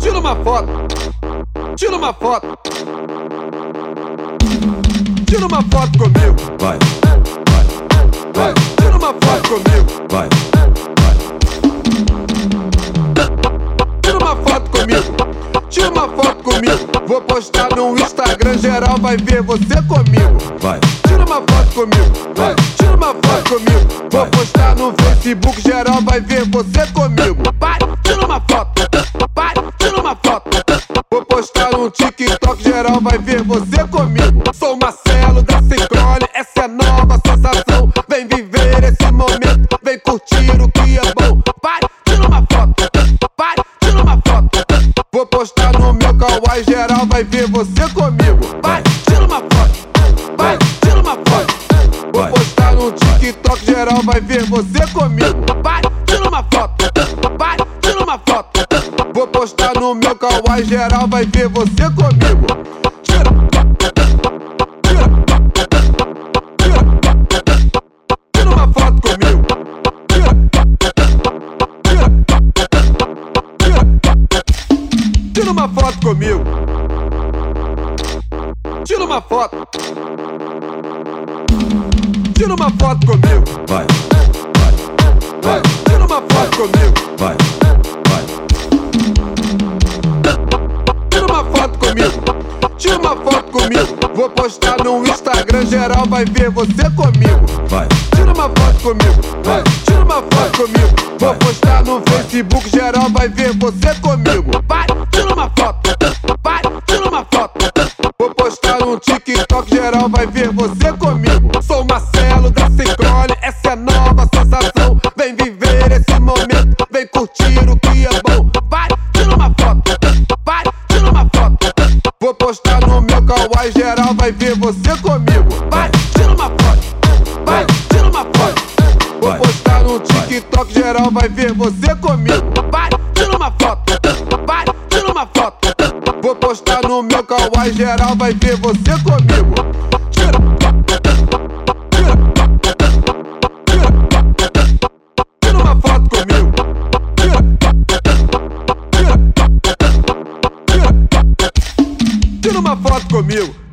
Tira uma foto. Tira uma foto. Tira uma foto comigo. Vai, Vai. Tira uma foto comigo. vai, Tira uma foto comigo. Tira uma foto comigo. Vou postar no Instagram geral vai ver você comigo. vai, Tira uma foto comigo. Vai. Tira uma foto comigo. Vou postar no Facebook geral vai ver você comigo. Vai. Tira uma foto. Vai. Tira uma foto. Vou postar no TikTok geral vai ver você comigo. Sou Marcelo da Ciccone, essa é nova sensação. Vem viver esse momento, vem curtir o que é bom. Vai. Tira uma foto. Vai. Tira uma foto. Vou postar no meu Kawaii geral vai ver você comigo. Vai. Tira uma foto. Vai. Tira uma foto. Vou Vai. postar no TikTok geral, vai ver você comigo. Vai, tira uma foto. Vai, tira uma foto. Vou postar no meu kawaii geral, vai ver você comigo. Tira. Tira. Tira. Tira uma foto comigo. Tira. Tira. Tira. Tira uma foto comigo. Tira uma foto. Tira uma foto comigo. vai, Vai, tira uma foto comigo. vai, vai, Tira uma foto comigo. Tira uma foto comigo. Vou postar no Instagram geral, vai ver você comigo. vai, Tira uma foto comigo. Vai, tira uma foto comigo. Vou postar no Facebook geral, vai ver você comigo. Vai, tira uma foto. Vai, tira uma foto. Vou postar no TikTok geral, vai ver você comigo. Sou Marcelo da Ciccone, essa é nova sensação. Vem viver esse momento, vem curtir o que é bom. Vai, tira uma foto. Vai, tira uma foto. Vou postar no meu kawaii geral, vai ver você comigo. Vai, tira uma foto. Vai, tira uma foto. Vou Vai. postar no TikTok geral, vai ver você comigo. Vai, tira uma foto. Vai, tira uma foto. Vou postar no meu kawaii geral, vai ver você comigo. Tira. Tira. Tira. Tira uma foto comigo. Tira. Tira. Tira. Tira uma foto comigo.